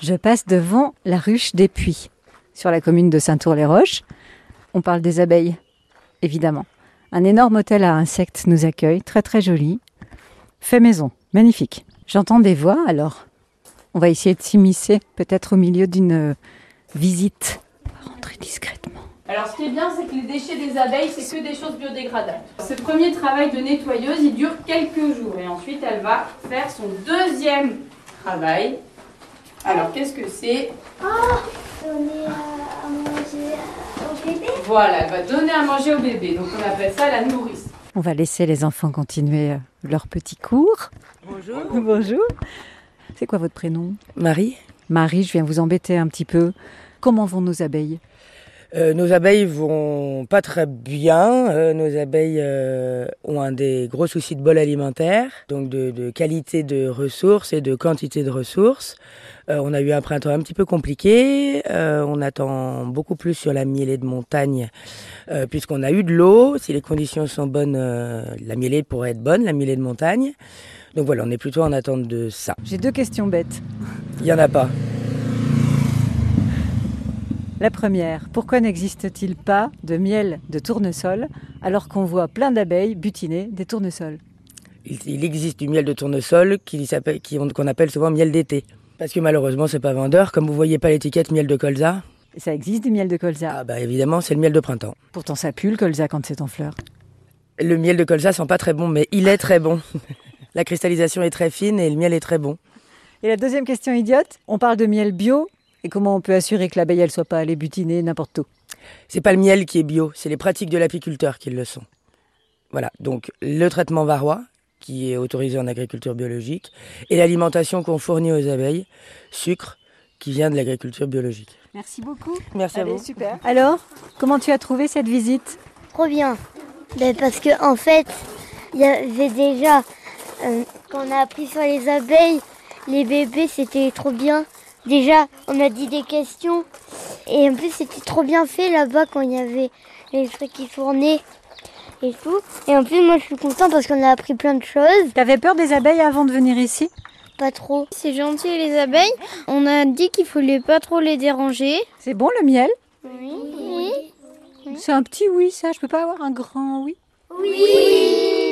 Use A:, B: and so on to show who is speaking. A: je passe devant la ruche des puits, sur la commune de Saint-Tour-les-Roches. On parle des abeilles, évidemment. Un énorme hôtel à insectes nous accueille, très très joli. Fait maison, magnifique. J'entends des voix, alors on va essayer de s'immiscer, peut-être au milieu d'une euh, visite. On va rentrer discrètement.
B: Alors, ce qui est bien, c'est que les déchets des abeilles, c'est que des choses biodégradables. Ce premier travail de nettoyeuse, il dure quelques jours et ensuite elle va faire son deuxième travail. Alors, qu'est-ce que c'est
C: Donner à, à manger au bébé.
B: Voilà, elle va donner à manger au bébé. Donc, on appelle ça la nourrice.
A: On va laisser les enfants continuer euh, leur petit cours.
D: Bonjour.
A: Bonjour. C'est quoi votre prénom
D: Marie,
A: Marie, je viens vous embêter un petit peu. Comment vont nos abeilles
D: euh, nos abeilles vont pas très bien. Euh, nos abeilles euh, ont un des gros soucis de bol alimentaire, donc de, de qualité de ressources et de quantité de ressources. Euh, on a eu un printemps un petit peu compliqué. Euh, on attend beaucoup plus sur la mielée de montagne, euh, puisqu'on a eu de l'eau. Si les conditions sont bonnes, euh, la mielée pourrait être bonne, la mielée de montagne. Donc voilà, on est plutôt en attente de ça.
A: J'ai deux questions bêtes.
D: Il y en a pas.
A: La première, pourquoi n'existe-t-il pas de miel de tournesol alors qu'on voit plein d'abeilles butiner des tournesols
D: Il, il existe du miel de tournesol qui s'appelle- qui- qu'on appelle souvent miel d'été. Parce que malheureusement, c'est pas vendeur. Comme vous voyez pas l'étiquette miel de colza,
A: Ça existe du miel de colza.
D: ah bah évidemment, c'est le miel de printemps.
A: Pourtant ça pue le colza quand c'est en fleur.
D: Le miel de colza sent pas très bon, mais il est très bon. La cristallisation est très fine et le miel est très bon.
A: Et la deuxième question idiote, on parle de miel bio et comment on peut assurer que l'abeille elle soit pas allée butiner n'importe où
D: C'est pas le miel qui est bio, c'est les pratiques de l'apiculteur qui le sont. Voilà, donc le traitement varroa, qui est autorisé en agriculture biologique, et l'alimentation qu'on fournit aux abeilles, sucre, qui vient de l'agriculture biologique.
A: Merci beaucoup.
D: Merci à vous.
A: super. Alors, comment tu as trouvé cette visite
C: Trop bien. Ben, parce que en fait, il y avait déjà euh, quand on a appris sur les abeilles, les bébés, c'était trop bien. Déjà, on a dit des questions et en plus c'était trop bien fait là-bas quand il y avait les trucs qui tournaient et tout. Et en plus, moi, je suis content parce qu'on a appris plein de choses.
A: T'avais peur des abeilles avant de venir ici
C: Pas trop. C'est gentil les abeilles. On a dit qu'il fallait pas trop les déranger.
A: C'est bon le miel
C: Oui. Oui.
A: C'est un petit oui ça, je peux pas avoir un grand oui
C: oui.